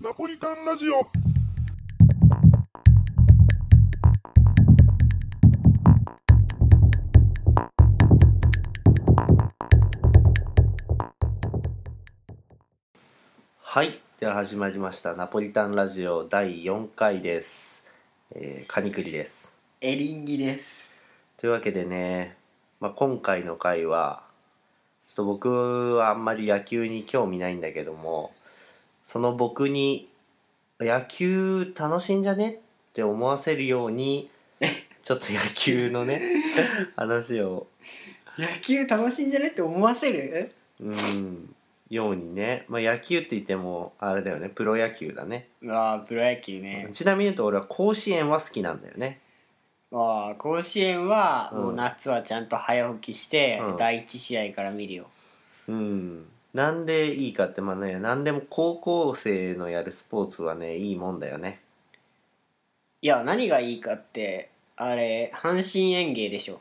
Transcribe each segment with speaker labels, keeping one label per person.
Speaker 1: ナポリタンラジオ
Speaker 2: はい、では始まりましたナポリタンラジオ第4回です。えー、カニクリです。
Speaker 3: エリンギです。
Speaker 2: というわけでね、まあ、今回の回はちょっと僕はあんまり野球に興味ないんだけどもその僕に野球楽しいんじゃねって思わせるようにちょっと野球のね話を
Speaker 3: 野球楽しいんじゃねって思わせる
Speaker 2: うんようにね、まあ、野球って言ってもあれだよねプロ野球だね、
Speaker 3: ああ、プロ野球ね。
Speaker 2: ちなみに言うと俺は甲子園は好きなんだよね
Speaker 3: ああ、甲子園は、
Speaker 2: うん
Speaker 3: もう夏はちゃんと早起きして、
Speaker 2: うん
Speaker 3: 第一試合から見るよ。
Speaker 2: うんなんでいいかってまあね何でも高校生のやるスポーツはねいいもんだよね
Speaker 3: いや、何がいいかって、あれ、阪神園芸でしょ。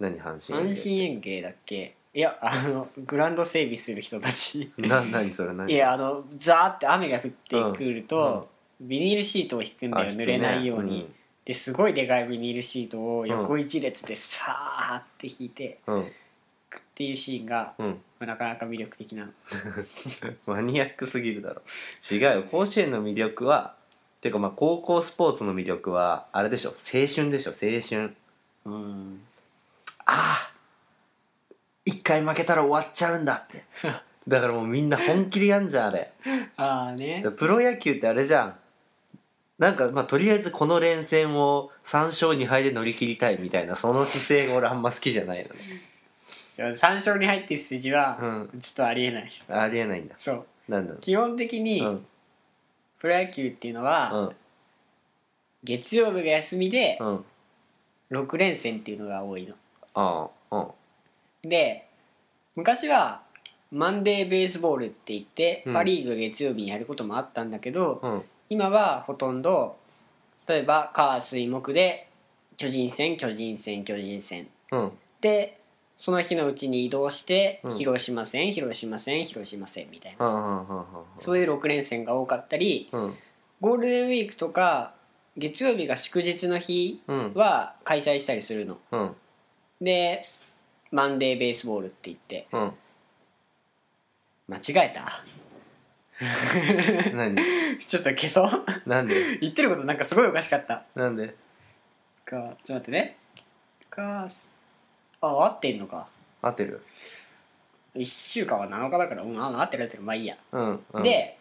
Speaker 2: 何阪神園芸
Speaker 3: 阪神園芸だっけいや、あの、グラウンド整備する人たち。
Speaker 2: な何それ何そ
Speaker 3: い
Speaker 2: れ
Speaker 3: や、あの、ザーって雨が降ってくると、ビニールシートを引くんだよ、
Speaker 2: あ
Speaker 3: 濡れないように。
Speaker 2: 人ね
Speaker 3: ですごいでかいビニールシートを横一列でさーって引いて、
Speaker 2: うんうん、
Speaker 3: っていうシーンが、
Speaker 2: うん
Speaker 3: まあなかなか魅力的なの
Speaker 2: マニアックすぎるだろ違うよ甲子園の魅力はていうかまあ高校スポーツの魅力はあれでしょ青春でしょ青春
Speaker 3: うん
Speaker 2: ああ一回負けたら終わっちゃうんだっ てだからもうみんな本気でやんじゃんあれ
Speaker 3: ああね
Speaker 2: でプロ野球ってあれじゃんなんかまあとりあえずこの連戦を3勝2敗で乗り切りたいみたいなその姿勢が俺あんま好きじゃないのね
Speaker 3: 3勝に入ってる数字は
Speaker 2: う
Speaker 3: ちょっとありえない、
Speaker 2: ありえないんだ
Speaker 3: そう
Speaker 2: なんだろ
Speaker 3: 基本的に
Speaker 2: ううん
Speaker 3: プロ野球っていうのは、
Speaker 2: うん
Speaker 3: 月曜日が休みで
Speaker 2: うん
Speaker 3: 6連戦っていうのが多いの
Speaker 2: ああうん
Speaker 3: で昔はマンデーベースボールって言って、
Speaker 2: うん
Speaker 3: パ・リーグが月曜日にやることもあったんだけど、
Speaker 2: うん
Speaker 3: 今はほとんど例えば火水木で巨人戦巨人戦巨人戦
Speaker 2: うん
Speaker 3: でその日のうちに移動して、
Speaker 2: うん
Speaker 3: 広島戦広島戦広島戦みたいな、
Speaker 2: うんうんうん
Speaker 3: そういう6連戦が多かったり
Speaker 2: うんうん
Speaker 3: ゴールデンウィークとか月曜日が祝日の日
Speaker 2: うん
Speaker 3: は開催したりするの
Speaker 2: うん
Speaker 3: でマンデーベースボールって言って
Speaker 2: うん
Speaker 3: 間違えた
Speaker 2: 何
Speaker 3: ちょっと消そう
Speaker 2: なんで
Speaker 3: 言ってることなんかすごいおかしかった
Speaker 2: なんで
Speaker 3: かちょっと待ってねかあ合ってんのか
Speaker 2: 合ってる
Speaker 3: 1週間は7日だからうんあ合ってる合ってるまあいいや、
Speaker 2: うんうん
Speaker 3: で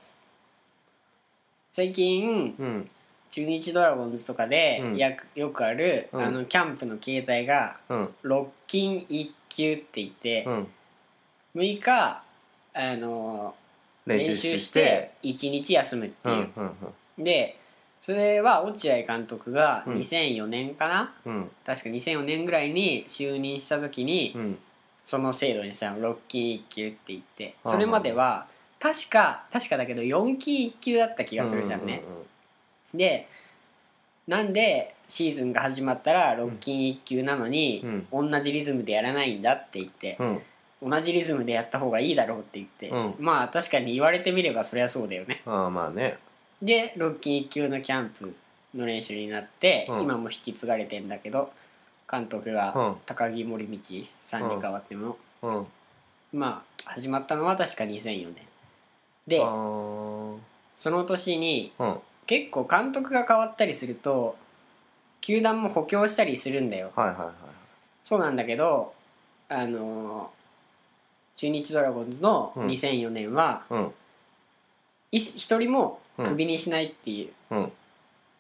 Speaker 3: 最近
Speaker 2: うん
Speaker 3: 中日ドラゴンズとかで
Speaker 2: うん
Speaker 3: やくよくある、
Speaker 2: うん
Speaker 3: あのキャンプの形態が
Speaker 2: うん
Speaker 3: 6金1球って言って
Speaker 2: う、ん
Speaker 3: 6日あの
Speaker 2: 練
Speaker 3: 練
Speaker 2: 習
Speaker 3: 習
Speaker 2: し
Speaker 3: してて1日休むって
Speaker 2: う
Speaker 3: い
Speaker 2: んう
Speaker 3: う、
Speaker 2: ん
Speaker 3: でそれは落合監督が
Speaker 2: うん
Speaker 3: 2004年かな、
Speaker 2: うん
Speaker 3: 確か2004年ぐらいに就任した時に、
Speaker 2: うん
Speaker 3: その制度にしたの6金1球って言って
Speaker 2: うん
Speaker 3: それまでは確か確かだけど4金1球だった気がするじゃんね、でなんでシーズンが始まったら6金1球なのに
Speaker 2: う、ん
Speaker 3: 同じリズムでやらないんだって言って
Speaker 2: う、ん
Speaker 3: 同じリズムでやった方がいいだろうって言って、
Speaker 2: うん
Speaker 3: まあ確かに言われてみればそりゃそうだよね
Speaker 2: ああまあね
Speaker 3: で6金1球のキャンプの練習になって、
Speaker 2: うん
Speaker 3: 今も引き継がれてんだけど監督
Speaker 2: う
Speaker 3: が
Speaker 2: ん
Speaker 3: 高木森道さんに変わっても、
Speaker 2: うん
Speaker 3: まあ始まったのは確か2004年で
Speaker 2: あー
Speaker 3: その年に
Speaker 2: うん
Speaker 3: 結構監督が変わったりすると球団も補強したりするんだよ
Speaker 2: はいはいはい
Speaker 3: そうなんだけどあのー中日ドラゴンズの
Speaker 2: うん
Speaker 3: 2004年は
Speaker 2: うん
Speaker 3: い一人もクビにしないっていう、
Speaker 2: うん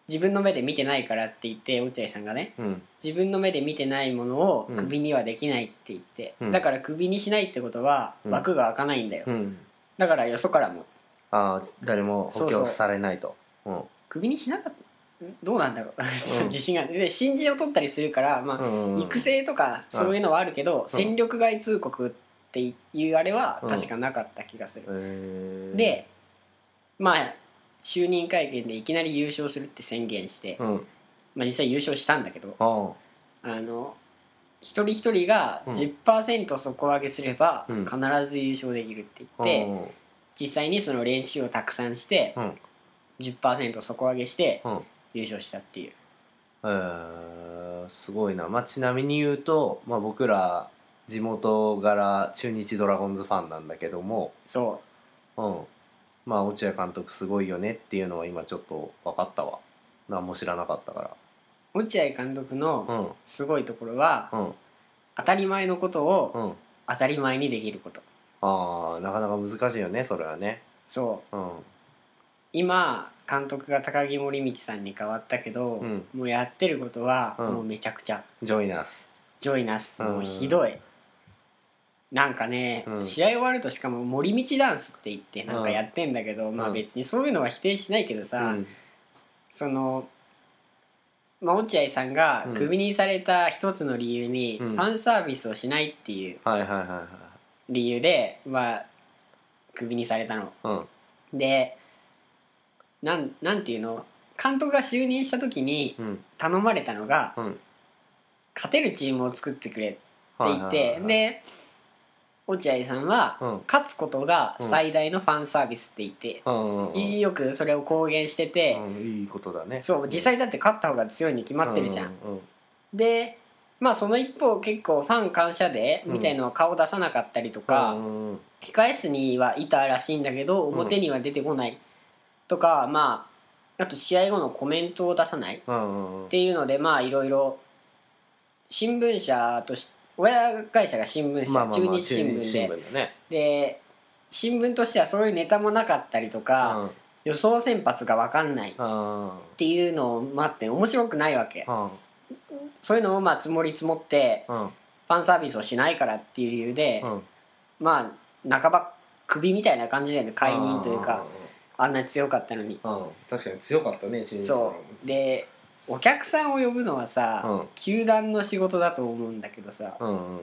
Speaker 3: 自分の目で見てないからって言って落合さんがね
Speaker 2: うん
Speaker 3: 自分の目で見てないものを
Speaker 2: うん
Speaker 3: クビにはできないって言って、
Speaker 2: うん
Speaker 3: だからクビにしないってことは
Speaker 2: うん
Speaker 3: 枠が開かないんだよ、
Speaker 2: うん
Speaker 3: だからよそからも
Speaker 2: ああ誰も補
Speaker 3: そうそ
Speaker 2: 強
Speaker 3: う
Speaker 2: されないとうん
Speaker 3: クビにしなかったんどうなんだろうち
Speaker 2: うん
Speaker 3: ょっ と自信がないで新人を取ったりするから、まあ
Speaker 2: うん
Speaker 3: 育成とか
Speaker 2: うん
Speaker 3: そういうのはあるけど、戦力外通告っていうあれは
Speaker 2: うん
Speaker 3: 確かなかった気がする、
Speaker 2: えー
Speaker 3: でまあ就任会見でいきなり優勝するって宣言して、
Speaker 2: うん
Speaker 3: まあ、実際優勝したんだけど
Speaker 2: ああ
Speaker 3: あの一人一人が
Speaker 2: うん
Speaker 3: 10%底上げすれば
Speaker 2: うん
Speaker 3: 必ず優勝できるって言って、
Speaker 2: うん
Speaker 3: 実際にその練習をたくさんして、
Speaker 2: うん
Speaker 3: 10%底上げして
Speaker 2: うん
Speaker 3: 優勝したっていう、
Speaker 2: えーすごいな、まあ、ちなみに言うと、まあ、僕ら地元柄中日ドラゴンズファンなんだけども、
Speaker 3: そ
Speaker 2: うんまあ、落合監督すごいよねっていうのは今ちょっと分かったわ何も知らなかったか
Speaker 3: う落合監督の
Speaker 2: らうん
Speaker 3: すごいところは
Speaker 2: うん
Speaker 3: 当たり前のことを
Speaker 2: うん
Speaker 3: 当たり前にできること
Speaker 2: あーなかなか難しいよねそれはね
Speaker 3: そう
Speaker 2: うん
Speaker 3: 今監督が高木森道さんに変わったけど、
Speaker 2: うん
Speaker 3: もうやってることは
Speaker 2: うん
Speaker 3: もうめちゃくちゃ、
Speaker 2: ジョイナース
Speaker 3: ジョイナス
Speaker 2: うん
Speaker 3: もうひどい、なんかね、
Speaker 2: うん
Speaker 3: 試合終わるとしかも森道ダンスって言ってなんかやってんだけど、まあ
Speaker 2: うん
Speaker 3: 別にそういうのは否定しないけど
Speaker 2: う
Speaker 3: さ、
Speaker 2: ん
Speaker 3: その、まあ、落合さんがクビにされた一つの理由に
Speaker 2: うん
Speaker 3: ファンサービスをしないっていう
Speaker 2: はいはいはい
Speaker 3: 理由で、まあクビにされたの。
Speaker 2: はい
Speaker 3: でなんなんていうの監督が就任した時に
Speaker 2: うんうん
Speaker 3: 頼まれたのが
Speaker 2: うん
Speaker 3: 勝てるチームを作ってくれって
Speaker 2: はい
Speaker 3: 言
Speaker 2: はいは
Speaker 3: っ
Speaker 2: い
Speaker 3: て
Speaker 2: はい
Speaker 3: で落合さんは
Speaker 2: うん
Speaker 3: 勝つことが最大のファンサービスって言って
Speaker 2: うんうん
Speaker 3: よくそれを公言してて
Speaker 2: うんいいことだね
Speaker 3: そう実際だって勝った方が強いに決まってるじゃん。
Speaker 2: うんうん
Speaker 3: でまあその一方結構ファン感謝デーみたいのは顔出さなかったりとか、
Speaker 2: うんうん
Speaker 3: 控え室にはいたらしいんだけど表には出てこないとか、まああと試合後のコメントを出さないっ
Speaker 2: うんうん
Speaker 3: ていうのでまあいろいろ新聞社とし親会社が新聞社、
Speaker 2: まあまあ
Speaker 3: 中
Speaker 2: まあ
Speaker 3: 日新聞で
Speaker 2: 聞だね
Speaker 3: で新聞としてはそういうネタもなかったりとか、
Speaker 2: うん
Speaker 3: 予想先発が分かんないっ
Speaker 2: あ
Speaker 3: ていうのもあって面白くないわけ
Speaker 2: あうん
Speaker 3: そういうのもまあ積もり積もって
Speaker 2: うん
Speaker 3: ファンサービスをしないからっていう理由で、
Speaker 2: うん
Speaker 3: まあ半ば首みたいな感じで解任というか。
Speaker 2: うん
Speaker 3: あんなに強かったのに
Speaker 2: うん確かに強かったね新日
Speaker 3: そうでお客さんを呼ぶのはさ、
Speaker 2: うん
Speaker 3: 球団の仕事だと思うんだけどさ
Speaker 2: うんうんうん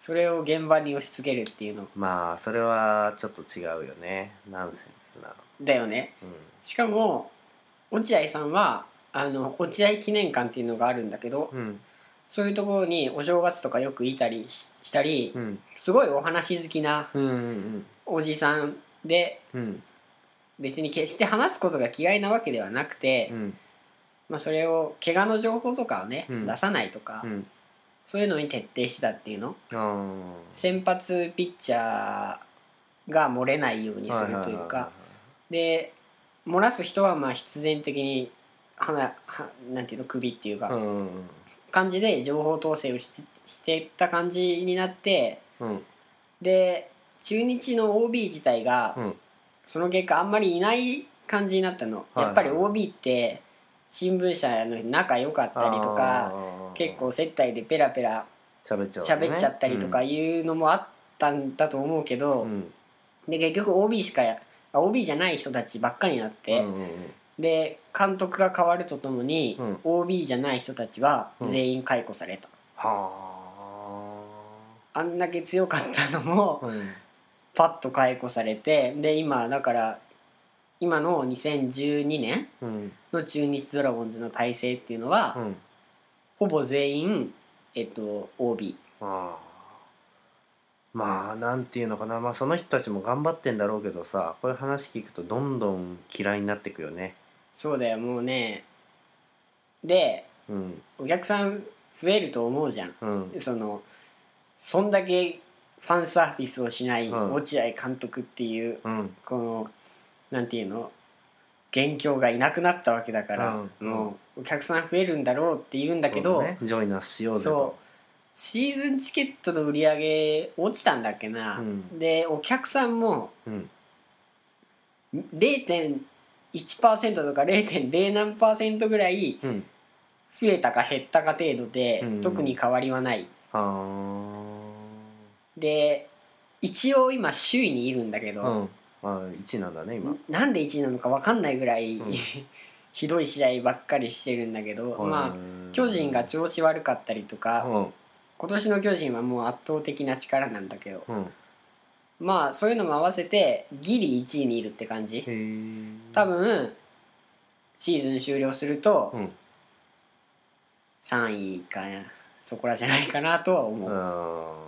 Speaker 3: それを現場に押し付けるっていうの
Speaker 2: まあそれはちょっと違うよねナンセンスな
Speaker 3: だよねしかも落合さんはあの落合記念館っていうのがあるんだけど
Speaker 2: うんうん
Speaker 3: そういうところにお正月とかよくいたりししたり
Speaker 2: うん
Speaker 3: すごいお話好きな
Speaker 2: うんうん
Speaker 3: おじさんで
Speaker 2: うん
Speaker 3: 別に決して話すことが嫌いなわけではなくて、
Speaker 2: うん
Speaker 3: まあ、それを怪我の情報とかをね、
Speaker 2: うん
Speaker 3: 出さないとか、
Speaker 2: うん
Speaker 3: そういうのに徹底してたっていうの
Speaker 2: あ
Speaker 3: 先発ピッチャーが漏れないようにするというかで漏らす人はまあ必然的にはなはなんていうの首っていうか、
Speaker 2: うんうん
Speaker 3: 感じで情報統制をしてしてた感じになって
Speaker 2: うん
Speaker 3: で中日の OB 自体が、
Speaker 2: うん
Speaker 3: その結果あんまりいない感じになったの、
Speaker 2: はいはい
Speaker 3: やっぱり OB って新聞社の仲良かったりとか
Speaker 2: あー
Speaker 3: 結構接待でペラペラ
Speaker 2: 喋っちゃうね
Speaker 3: 喋っちゃったりとかいうのもあったんだと思うけど、
Speaker 2: うんうん
Speaker 3: で結局 OB しかやあ OB じゃない人たちばっかりになって、
Speaker 2: うんうん
Speaker 3: で監督が変わるとともに、
Speaker 2: うん
Speaker 3: OB じゃない人たちは
Speaker 2: うん
Speaker 3: 全員解雇された、
Speaker 2: は
Speaker 3: あんだけ強かったのも、
Speaker 2: あうん
Speaker 3: パッと解雇されてで今だから今の2012年
Speaker 2: うん
Speaker 3: の中日ドラゴンズの体制っていうのは、
Speaker 2: うん
Speaker 3: ほぼ全員、えっと、OB
Speaker 2: あーまあなんていうのかなまあその人たちも頑張ってんだろうけどさこういう話聞くとどんどん嫌いになってくよね
Speaker 3: そうだよもうねで
Speaker 2: うん
Speaker 3: お客さん増えると思うじゃん
Speaker 2: うん
Speaker 3: そのそんだけファンサービスをしない
Speaker 2: うん
Speaker 3: 落合監督っていう、
Speaker 2: うん
Speaker 3: このなんていうの元凶がいなくなったわけだから、
Speaker 2: うん
Speaker 3: もうお客さん増えるんだろうって言うんだけ
Speaker 2: そ
Speaker 3: ど
Speaker 2: うねジョイナスしようぜ
Speaker 3: そ
Speaker 2: と
Speaker 3: シーズンチケットの売り上げ落ちたんだっけな、
Speaker 2: うん
Speaker 3: でお客さんも
Speaker 2: うん
Speaker 3: 0.1%とか0.0何パーセントぐらい
Speaker 2: うん
Speaker 3: 増えたか減ったか程度で、
Speaker 2: うん
Speaker 3: 特に変わりはない
Speaker 2: あ
Speaker 3: で一応今首位にいるんだけど、
Speaker 2: ーうんあ1なんだね今
Speaker 3: なんで1位なのか分かんないぐらい、
Speaker 2: うん
Speaker 3: ひどい試合ばっかりしてるんだけど、まあ
Speaker 2: あ
Speaker 3: 巨人が調子悪かったりとか、
Speaker 2: うん
Speaker 3: 今年の巨人はもう圧倒的な力なんだけど
Speaker 2: うん
Speaker 3: まあそういうのも合わせてギリ1位にいるって感じ
Speaker 2: へえ
Speaker 3: 多分シーズン終了すると
Speaker 2: うん
Speaker 3: 3位かなそこらじゃないかなとは思う、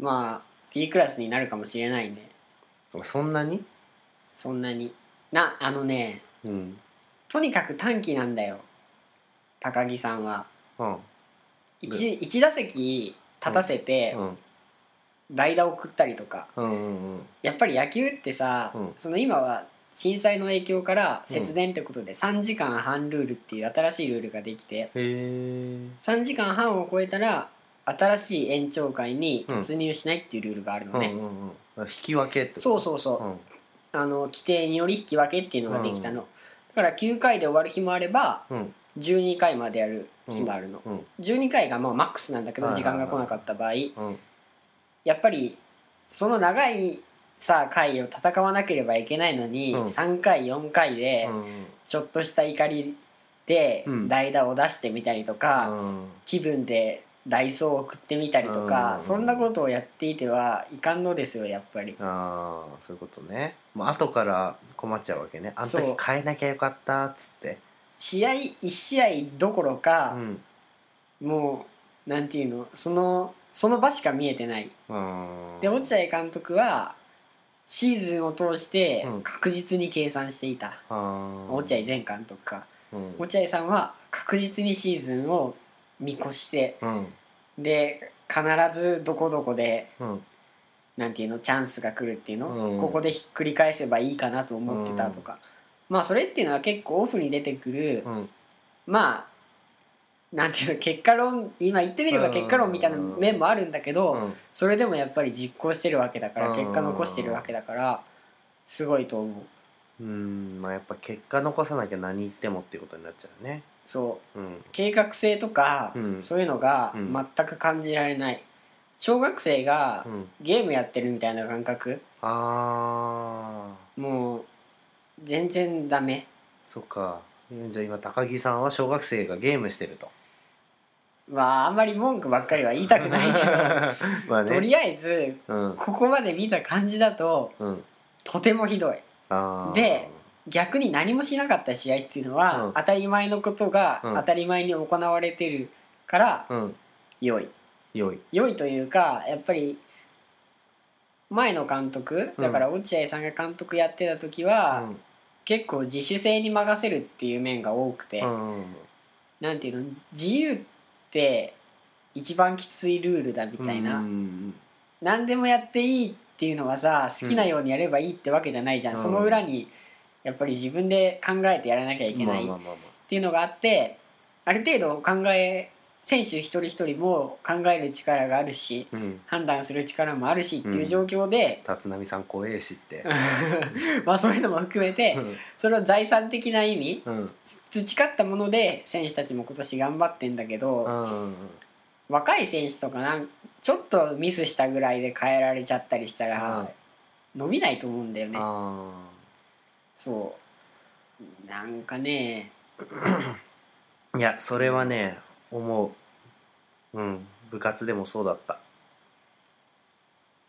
Speaker 2: う
Speaker 3: まあ B クラスになるかもしれないね
Speaker 2: んそんなに
Speaker 3: そんなになあのね
Speaker 2: うん
Speaker 3: とにかく短期なんだよ高木さんは
Speaker 2: うん
Speaker 3: 一一打席立たせて
Speaker 2: うん
Speaker 3: 代打を送ったりとか
Speaker 2: うんうん
Speaker 3: やっぱり野球ってさ、
Speaker 2: うん
Speaker 3: その今は震災の影響から節電ってことで3時間半ルールっていう新しいルールができて
Speaker 2: へえ
Speaker 3: 3時間半を超えたら新しい延長会に突入しないっていうルールがある
Speaker 2: う
Speaker 3: の
Speaker 2: ん
Speaker 3: ね、
Speaker 2: うんうん引き分けってこと
Speaker 3: そうそうそう、
Speaker 2: うん
Speaker 3: あの規定により引き分けっていうのができたの、
Speaker 2: う
Speaker 3: だから9回で終わる日もあれば
Speaker 2: うん
Speaker 3: 12回までやる日もあるの、
Speaker 2: うん
Speaker 3: 12回がまあマックスなんだけど
Speaker 2: はいは
Speaker 3: 時
Speaker 2: いはい
Speaker 3: 間が来なかった場合、
Speaker 2: うん
Speaker 3: やっぱりその長いさ回を戦わなければいけないのに、
Speaker 2: うん
Speaker 3: 3回4回で
Speaker 2: うんうん
Speaker 3: ちょっとした怒りで
Speaker 2: うん
Speaker 3: 代打を出してみたりとか、
Speaker 2: うん
Speaker 3: 気分でダイソーを送ってみたりとか、
Speaker 2: うん
Speaker 3: そんなことをやっていてはいかんのですよやっぱり。
Speaker 2: ああそういうことねもう後から困っちゃうわけねあの
Speaker 3: そ
Speaker 2: 時
Speaker 3: う
Speaker 2: 変えなきゃよかったっつって
Speaker 3: 試合1試合どころ
Speaker 2: う
Speaker 3: か、
Speaker 2: ん
Speaker 3: もうなんていうのそのその場しか見えてない。
Speaker 2: うん
Speaker 3: で落合監督はシーズンを通して
Speaker 2: うん
Speaker 3: 確実に計算していた、
Speaker 2: あー
Speaker 3: 落合前監督か
Speaker 2: うん
Speaker 3: 落合さんは確実にシーズンを見越して
Speaker 2: うん
Speaker 3: で必ずどこどこで
Speaker 2: うん
Speaker 3: なんていうのチャンスが来るっていうの、
Speaker 2: うん
Speaker 3: ここでひっくり返せばいいかなと思ってたとか、まあそれっていうのは結構オフに出てくる、
Speaker 2: うん
Speaker 3: まあなんていうの結果論今言ってみれば結果論みたいな面もあるんだけど、
Speaker 2: うん
Speaker 3: それでもやっぱり実行してるわけだから
Speaker 2: うん
Speaker 3: 結果残してるわけだからすごいと思う
Speaker 2: うんまあやっぱ結果残さなきゃ何言ってもっていうことになっちゃうね
Speaker 3: そう
Speaker 2: うん
Speaker 3: 計画性とか、
Speaker 2: うん
Speaker 3: そういうのが
Speaker 2: うん
Speaker 3: 全く感じられない小学生が
Speaker 2: うん
Speaker 3: ゲームやってるみたいな感覚
Speaker 2: ああ
Speaker 3: もう全然ダメ
Speaker 2: そっかじゃあ今高木さんは小学生がゲームしてると
Speaker 3: はあんまり文句ばっかりは言いたくないけ
Speaker 2: まあ
Speaker 3: どと
Speaker 2: ね
Speaker 3: りあえず
Speaker 2: うん
Speaker 3: ここまで見た感じだと
Speaker 2: うん
Speaker 3: とてもひどい
Speaker 2: あー
Speaker 3: で逆に何もしなかった試合っていうのは、
Speaker 2: うん
Speaker 3: 当たり前のことが
Speaker 2: うん
Speaker 3: 当たり前に行われてるから
Speaker 2: うん
Speaker 3: 良い
Speaker 2: 良い
Speaker 3: 良いというかやっぱり前の監督だから落合さんが監督やってた時は、
Speaker 2: うん
Speaker 3: 結構自主性に任せるっていう面が多くて、
Speaker 2: うん
Speaker 3: なんていうの自由って一番きついルールだみたいな、
Speaker 2: うん
Speaker 3: 何でもやっていいっていうのはさ好きなようにやればいいってわけじゃないじゃん、
Speaker 2: うん
Speaker 3: その裏にやっぱり自分で考えてやらなきゃいけ
Speaker 2: ま
Speaker 3: な
Speaker 2: あ
Speaker 3: い
Speaker 2: まあ
Speaker 3: っ
Speaker 2: まあまあ
Speaker 3: ていうのがあってある程度考え選手一人一人も考える力があるし
Speaker 2: うん
Speaker 3: 判断する力もあるしっていう状況で、
Speaker 2: 立浪さん怖えしって
Speaker 3: まあそういうのも含めてそれを財産的な意味
Speaker 2: うん
Speaker 3: 培ったもので選手たちも今年頑張ってんだけど、
Speaker 2: うん
Speaker 3: 若い選手とかなんちょっとミスしたぐらいで変えられちゃったりしたら、伸びないと思うんだよね。
Speaker 2: あ
Speaker 3: そうなんかね
Speaker 2: ーいやそれはね思ううん部活でもそうだった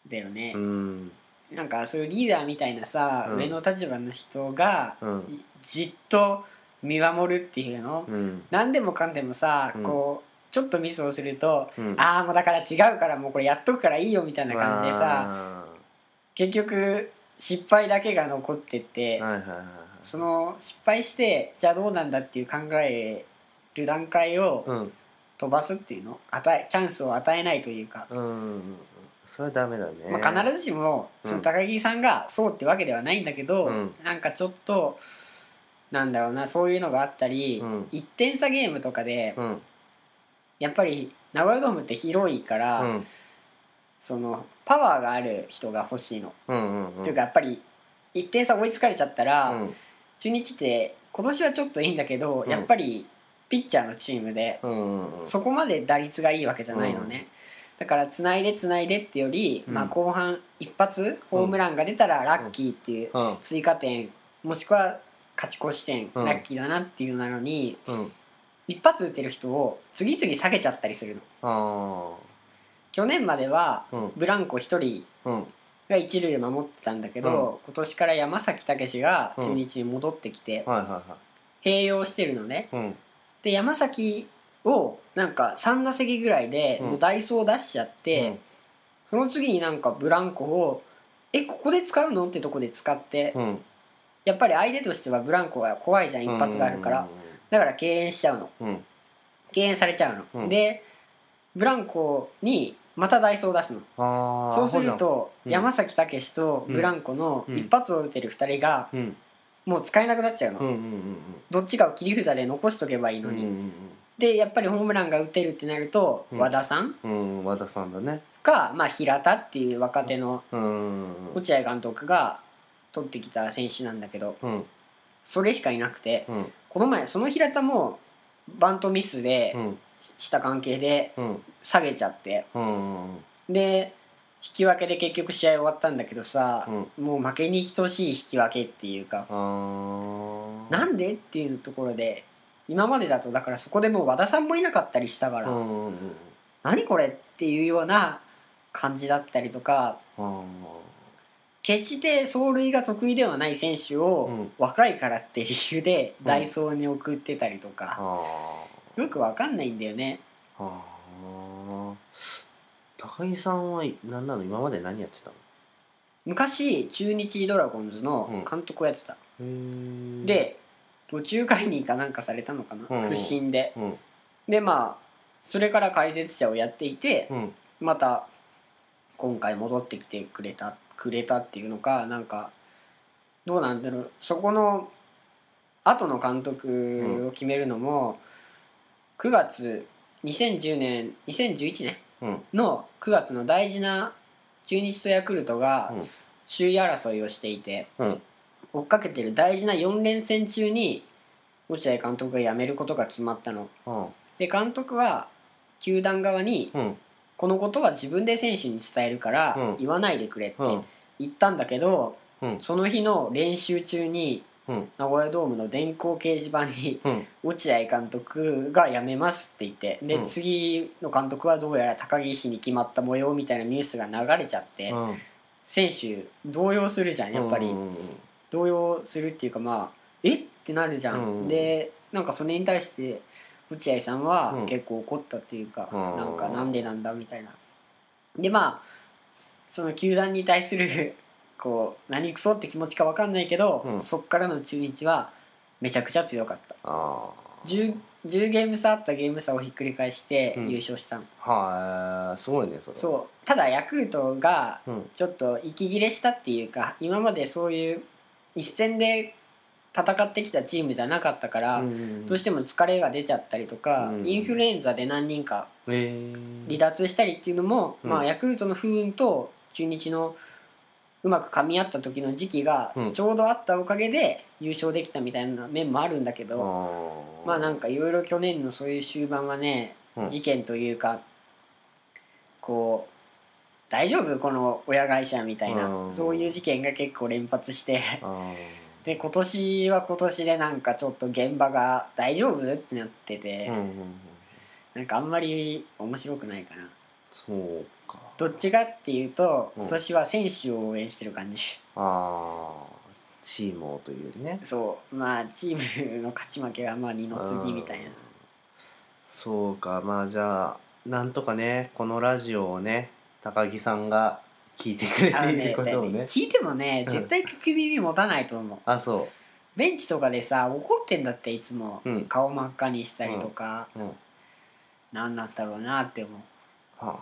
Speaker 3: だよね
Speaker 2: う、ん
Speaker 3: なんかそういうリーダーみたいなさ、
Speaker 2: うん
Speaker 3: 上の立場の人が
Speaker 2: うん
Speaker 3: じっと見守るっていうの、
Speaker 2: うん
Speaker 3: 何でもかんでもさ、
Speaker 2: うん
Speaker 3: こうちょっとミスをすると
Speaker 2: うん
Speaker 3: ああもうだから違うからもうこれやっとくからいいよみたいな感じでさ
Speaker 2: あ
Speaker 3: 結局失敗だけが残ってって、
Speaker 2: ーはいはいはいはい
Speaker 3: その失敗してじゃあどうなんだっていう考える段階を
Speaker 2: うん
Speaker 3: 飛ばすっていうの与えチャンスを与えないというか、
Speaker 2: うんそれはダメだね
Speaker 3: まあ、必ずしも
Speaker 2: うん
Speaker 3: その高木さんがそうってわけではないんだけど、
Speaker 2: うん
Speaker 3: なんかちょっとなんだろうなそういうのがあったり、
Speaker 2: うん
Speaker 3: 1点差ゲームとかで
Speaker 2: うん
Speaker 3: やっぱり名古屋ドームって広いから、
Speaker 2: うん
Speaker 3: そのパワーがある人が欲しいの。
Speaker 2: うんうんうん
Speaker 3: っていうかやっぱり1点差追いつかれちゃったら、
Speaker 2: うん
Speaker 3: 中日って今年はちょっといいんだけど、
Speaker 2: うん
Speaker 3: やっぱりピッチャーのチームで、
Speaker 2: うんうんうん
Speaker 3: そこまで打率がいいわけじゃないのね、だからつないでつないでってより、
Speaker 2: うん
Speaker 3: まあ、後半一発ホームランが出たらラッキーっていう
Speaker 2: うん
Speaker 3: 追加点もしくは勝ち越し点、
Speaker 2: うん
Speaker 3: ラッキーだなっていうなのに
Speaker 2: うん
Speaker 3: 一発打てる人を次々下げちゃったりするの
Speaker 2: あ
Speaker 3: 去年までは
Speaker 2: ーうん
Speaker 3: ブランコ1人
Speaker 2: うん
Speaker 3: が一塁で守ってたんだけど、今年から山崎武が中日に戻ってきて、
Speaker 2: はいはいは
Speaker 3: 併用してるのね、
Speaker 2: いうん
Speaker 3: で山崎をなんか3打席ぐらいで
Speaker 2: うん
Speaker 3: もうダイソーを出しちゃって、その次になんかブランコを「えここで使うの?」ってとこで使って、
Speaker 2: うん
Speaker 3: やっぱり相手としてはブランコが怖いじゃん一発があるからだから敬遠しちゃうの
Speaker 2: うん
Speaker 3: 敬遠されちゃうの、
Speaker 2: うん
Speaker 3: でブランコにまたダイソーを出すの
Speaker 2: ああ
Speaker 3: そうすると
Speaker 2: うん
Speaker 3: 山崎武とブランコの
Speaker 2: うん
Speaker 3: 一発を打てる2人が
Speaker 2: うん
Speaker 3: もう使えなくなっちゃうの、
Speaker 2: うんうんうん
Speaker 3: どっちかを切り札で残しとけばいい
Speaker 2: うんう
Speaker 3: の
Speaker 2: ん
Speaker 3: に、
Speaker 2: うん
Speaker 3: でやっぱりホームランが打てるってなると、
Speaker 2: うん
Speaker 3: 和田さん
Speaker 2: うんうん和田さんだね
Speaker 3: か、まあ、平田っていう若手の
Speaker 2: うんうん
Speaker 3: 落合監督が取ってきた選手なんだけど
Speaker 2: うん
Speaker 3: それしかいなくて
Speaker 2: うん
Speaker 3: この前その平田もバントミスで
Speaker 2: うん
Speaker 3: した関係で
Speaker 2: うん
Speaker 3: 下げちゃって
Speaker 2: うん
Speaker 3: で引き分けで結局試合終わったんだけどさ、もう負けに等しい引き分けっていうか
Speaker 2: あ
Speaker 3: なんんでっていうところで今までだとだからそこでもう和田さんもいなかったりしたから、
Speaker 2: うんうんうん
Speaker 3: 何これっていうような感じだったりとか決して走塁が得意ではない選手を、
Speaker 2: うん
Speaker 3: 若いからって理由で
Speaker 2: うん
Speaker 3: ダイソーに送ってたりとか、
Speaker 2: あ
Speaker 3: よくわかんないんだよね
Speaker 2: ああ高木さんは何なの今まで何やってたの
Speaker 3: 昔中日ドラゴンズの監督をやってた、で途中解任かなんかされたのかな、
Speaker 2: うん
Speaker 3: 不審で
Speaker 2: うん
Speaker 3: でまあそれから解説者をやっていて
Speaker 2: うん
Speaker 3: また今回戻ってきてくれたくれたっていうのかなんかどうなんだろうそこの後の監督を決めるのも、9月2010年2011年
Speaker 2: うん
Speaker 3: の9月の大事な中日とヤクルトが
Speaker 2: うん
Speaker 3: 首位争いをしていて、
Speaker 2: うん
Speaker 3: 追っかけてる大事な4連戦中に落合監督が辞めることが決まったの。
Speaker 2: うん
Speaker 3: で監督は球団側に
Speaker 2: うん
Speaker 3: 「このことは自分で選手に伝えるから
Speaker 2: うん
Speaker 3: 言わないでくれ」って
Speaker 2: うん
Speaker 3: 言ったんだけど、
Speaker 2: うん
Speaker 3: その日の練習中に
Speaker 2: うん
Speaker 3: 名古屋ドームの電光掲示板 に
Speaker 2: うん
Speaker 3: 落合監督が辞めますって言ってで、
Speaker 2: うん
Speaker 3: 次の監督はどうやら高木氏に決まった模様みたいなニュースが流れちゃって、
Speaker 2: うん
Speaker 3: 選手動揺するじゃんやっぱり、動揺するっていうかまあえってなるじゃん、
Speaker 2: うん
Speaker 3: でなんかそれに対して落合さん
Speaker 2: う
Speaker 3: は
Speaker 2: ん
Speaker 3: 結構怒ったっていうか、
Speaker 2: うん
Speaker 3: なんかなんでなんだみたいなでまあその球団に対する こう何クソって気持ちか分かんないけど、
Speaker 2: うん
Speaker 3: そっからの中日はめちゃくちゃ強かった
Speaker 2: あ
Speaker 3: 10, 10ゲーム差あったゲーム差をひっくり返して
Speaker 2: うん
Speaker 3: 優勝したの、
Speaker 2: あはいすごいねそれ
Speaker 3: そうただヤクルトが
Speaker 2: うん
Speaker 3: ちょっと息切れしたっていうか今までそういう一戦で戦ってきたチームじゃなかったから、
Speaker 2: ん
Speaker 3: どうしても疲れが出ちゃったりとか、
Speaker 2: うん
Speaker 3: インフルエンザで何人か
Speaker 2: え
Speaker 3: 離脱したりっていうのも、
Speaker 2: うん
Speaker 3: まあ、ヤクルトの不運と中日のうまく噛み合った時の時期が
Speaker 2: うん
Speaker 3: ちょうどあったおかげで優勝できたみたいな面もあるんだけど、まあなん
Speaker 2: か
Speaker 3: かいろいろ去年のそういう終盤はね、
Speaker 2: うん
Speaker 3: 事件というかこう大丈夫この親会社みたいな、
Speaker 2: うん
Speaker 3: そういう事件が結構連発してで今年は今年でなんかちょっと現場が大丈夫ってなってて、
Speaker 2: うんうん
Speaker 3: なんかあんまり面白くないかな
Speaker 2: そうか
Speaker 3: どっちかっていうと
Speaker 2: うん
Speaker 3: 今年は選手を応援してる感じ、
Speaker 2: ああチームをというよりね
Speaker 3: そうまあチームの勝ち負けはまあ二の次みたいな
Speaker 2: うんそうかまあじゃあなんとかねこのラジオをね高木さんが聞いてくれ
Speaker 3: あの
Speaker 2: ていることをね
Speaker 3: 聞いてもね
Speaker 2: うん
Speaker 3: 絶対聞く耳持たないと思う
Speaker 2: あそ
Speaker 3: ベンチとかでさ怒ってんだっていつも、
Speaker 2: うん
Speaker 3: 顔真っ赤にしたりとか、
Speaker 2: う、うん、は
Speaker 3: 何なんだろうなって思
Speaker 2: あ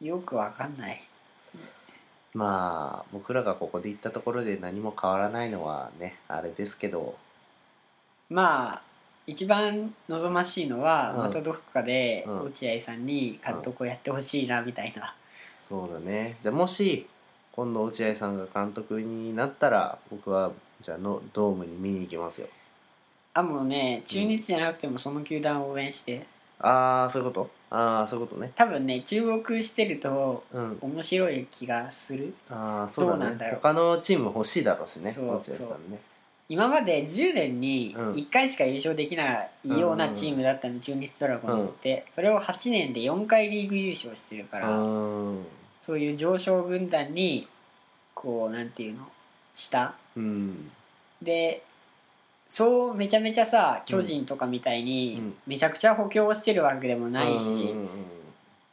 Speaker 3: うよくわかんない
Speaker 2: まあ僕らがここで言ったところで何も変わらないのはねあれですけど
Speaker 3: まあ一番望ましいのは、
Speaker 2: うん
Speaker 3: またどこかで
Speaker 2: うん
Speaker 3: 落合さんに監督をやってほしいなみたいな、
Speaker 2: そうだねじゃあもし今度落合さんが監督になったら僕はじゃあのドームに見に行きますよ
Speaker 3: あもうね中日じゃなくてもその球団を応援して
Speaker 2: ああそういうことああそういうことね
Speaker 3: 多分ね注目してると
Speaker 2: うん
Speaker 3: 面白い気がする
Speaker 2: ああそうだ
Speaker 3: どう
Speaker 2: ね
Speaker 3: なんだろう
Speaker 2: 他のチーム欲しいだろうしね
Speaker 3: そう
Speaker 2: 落合さんね
Speaker 3: 今まで10年に
Speaker 2: うん
Speaker 3: 1回しか優勝できないようなチームだったの、中日ドラゴンズって、それを8年で4回リーグ優勝してるか
Speaker 2: う
Speaker 3: ら、
Speaker 2: ーん
Speaker 3: そういう上昇軍団にこうなんていうの下
Speaker 2: うん
Speaker 3: でそうめちゃめちゃさ巨人とかみたい
Speaker 2: う
Speaker 3: に、
Speaker 2: ん
Speaker 3: めちゃくちゃ補強してるわけでもないし、
Speaker 2: うん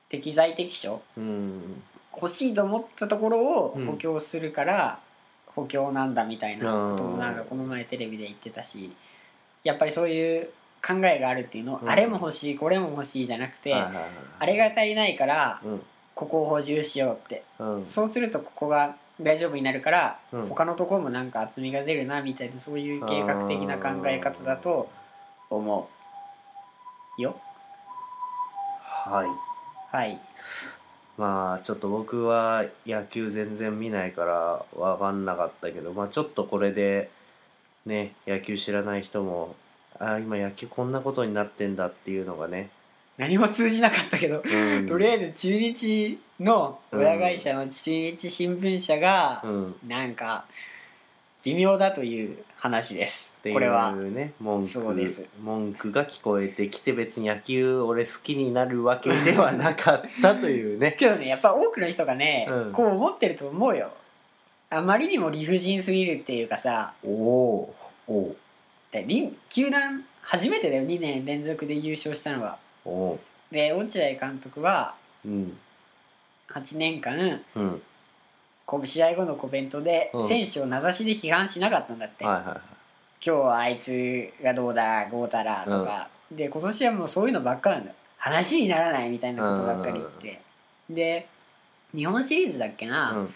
Speaker 3: 適材適所
Speaker 2: うんうん
Speaker 3: 欲しいと思ったところを
Speaker 2: うん
Speaker 3: 補強するから、補強なんだみたいなこともなんかこの前テレビで言ってたしやっぱりそういう考えがあるっていうのを、
Speaker 2: うん
Speaker 3: あれも欲しいこれも欲しいじゃなくて、
Speaker 2: はいはいはい
Speaker 3: あれが足りないから
Speaker 2: うん
Speaker 3: ここを補充しようって、
Speaker 2: うん
Speaker 3: そうするとここが大丈夫になるから、
Speaker 2: うん
Speaker 3: 他のところもなんか厚みが出るなみたいなそういう計画的な考え方だと思うよ
Speaker 2: はい
Speaker 3: はい
Speaker 2: まあちょっと僕は野球全然見ないから分かんなかったけどまあちょっとこれでね野球知らない人もああ今野球こんなことになってんだっていうのがね、
Speaker 3: 何も通じなかったけど、
Speaker 2: うん、
Speaker 3: とりあえず中日の親会社の中日新聞社が
Speaker 2: う、んっ
Speaker 3: なんか微妙だという話です
Speaker 2: てい
Speaker 3: これは
Speaker 2: うね文
Speaker 3: そうです
Speaker 2: 句文句が聞こえてきて別に野球俺好きになるわけではなかったというね
Speaker 3: けどねやっぱ多くの人がね、
Speaker 2: うん
Speaker 3: こう思ってると思うよあまりにも理不尽すぎるっていうかさ
Speaker 2: おおおお
Speaker 3: でり球団初めてだよ2年連続で優勝したのは
Speaker 2: おお
Speaker 3: で落合監督は
Speaker 2: うん
Speaker 3: 8年間
Speaker 2: うん
Speaker 3: こう試合後のコメントで
Speaker 2: うん
Speaker 3: 選手を名指しで批判しなかったんだって、
Speaker 2: はいはいはい
Speaker 3: 今日はあいつがどうだこうだらとか、で今年はもうそういうのばっかなんだよ話にならないみたいなことばっかり言って、で日本シリーズだっけな、
Speaker 2: うん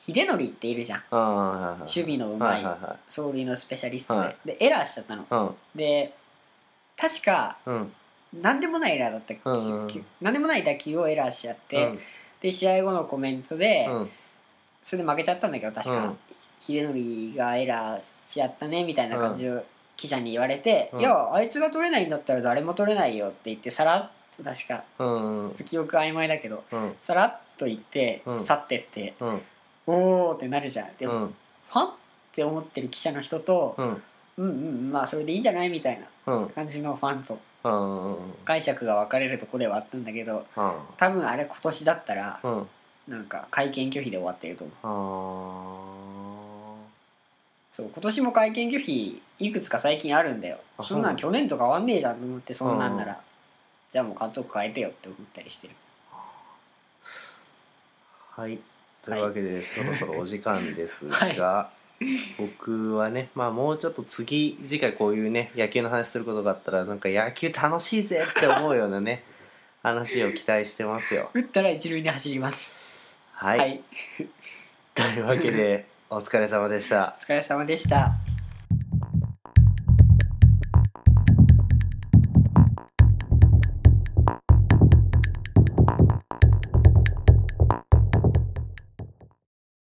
Speaker 3: 秀則っているじゃん
Speaker 2: ああはいはいはい
Speaker 3: 守備のうま
Speaker 2: はいいはいはい
Speaker 3: 走塁のスペシャリストで,、
Speaker 2: はい
Speaker 3: でエラーしちゃったので確か
Speaker 2: うんうん
Speaker 3: 何でもないエラーだったっけ、
Speaker 2: うんうんうん
Speaker 3: き何でもない打球をエラーしちゃって、
Speaker 2: うん
Speaker 3: で試合後のコメントで、
Speaker 2: うん
Speaker 3: それで負けちゃったんだけど確か、
Speaker 2: うん
Speaker 3: 秀則がエラーしちゃったねみたいな感じを記者に言われて「
Speaker 2: うん
Speaker 3: いやあいつが取れないんだったら誰も取れないよ」って言ってさらっと確か
Speaker 2: うん
Speaker 3: ちょっと記憶曖昧だけど
Speaker 2: うん
Speaker 3: さらっと言って
Speaker 2: うん
Speaker 3: 去ってって
Speaker 2: うん
Speaker 3: 「おー」ってなるじゃん。で
Speaker 2: う
Speaker 3: も、
Speaker 2: ん
Speaker 3: はって思ってる記者の人と
Speaker 2: うん
Speaker 3: 「うんうんまあそれでいいんじゃない?」みたいな
Speaker 2: うん
Speaker 3: 感じのファンと
Speaker 2: うん
Speaker 3: 解釈が分かれるとこではあったんだけど
Speaker 2: うん
Speaker 3: 多分あれ今年だったら
Speaker 2: うん
Speaker 3: なんか会見拒否で終わってると
Speaker 2: あ
Speaker 3: 思う。
Speaker 2: ー
Speaker 3: そう今年も会見拒否いくつか最近あるんだよ
Speaker 2: あ
Speaker 3: そんなん
Speaker 2: そ
Speaker 3: 去年と変わんねえじゃんと思ってそんなんな
Speaker 2: う
Speaker 3: らじゃあもう監督変えてよって思ったりしてる
Speaker 2: はいというわけで、そろそろお時間です が、
Speaker 3: は
Speaker 2: 僕はねまあもうちょっと次次回こういうね野球の話することがあったらなんか野球楽しいぜって思うような ね話を期待してますよ
Speaker 3: 打ったら一塁に走ります
Speaker 2: はい、
Speaker 3: はい、
Speaker 2: というわけでお疲れ様でした
Speaker 3: お疲れ様でした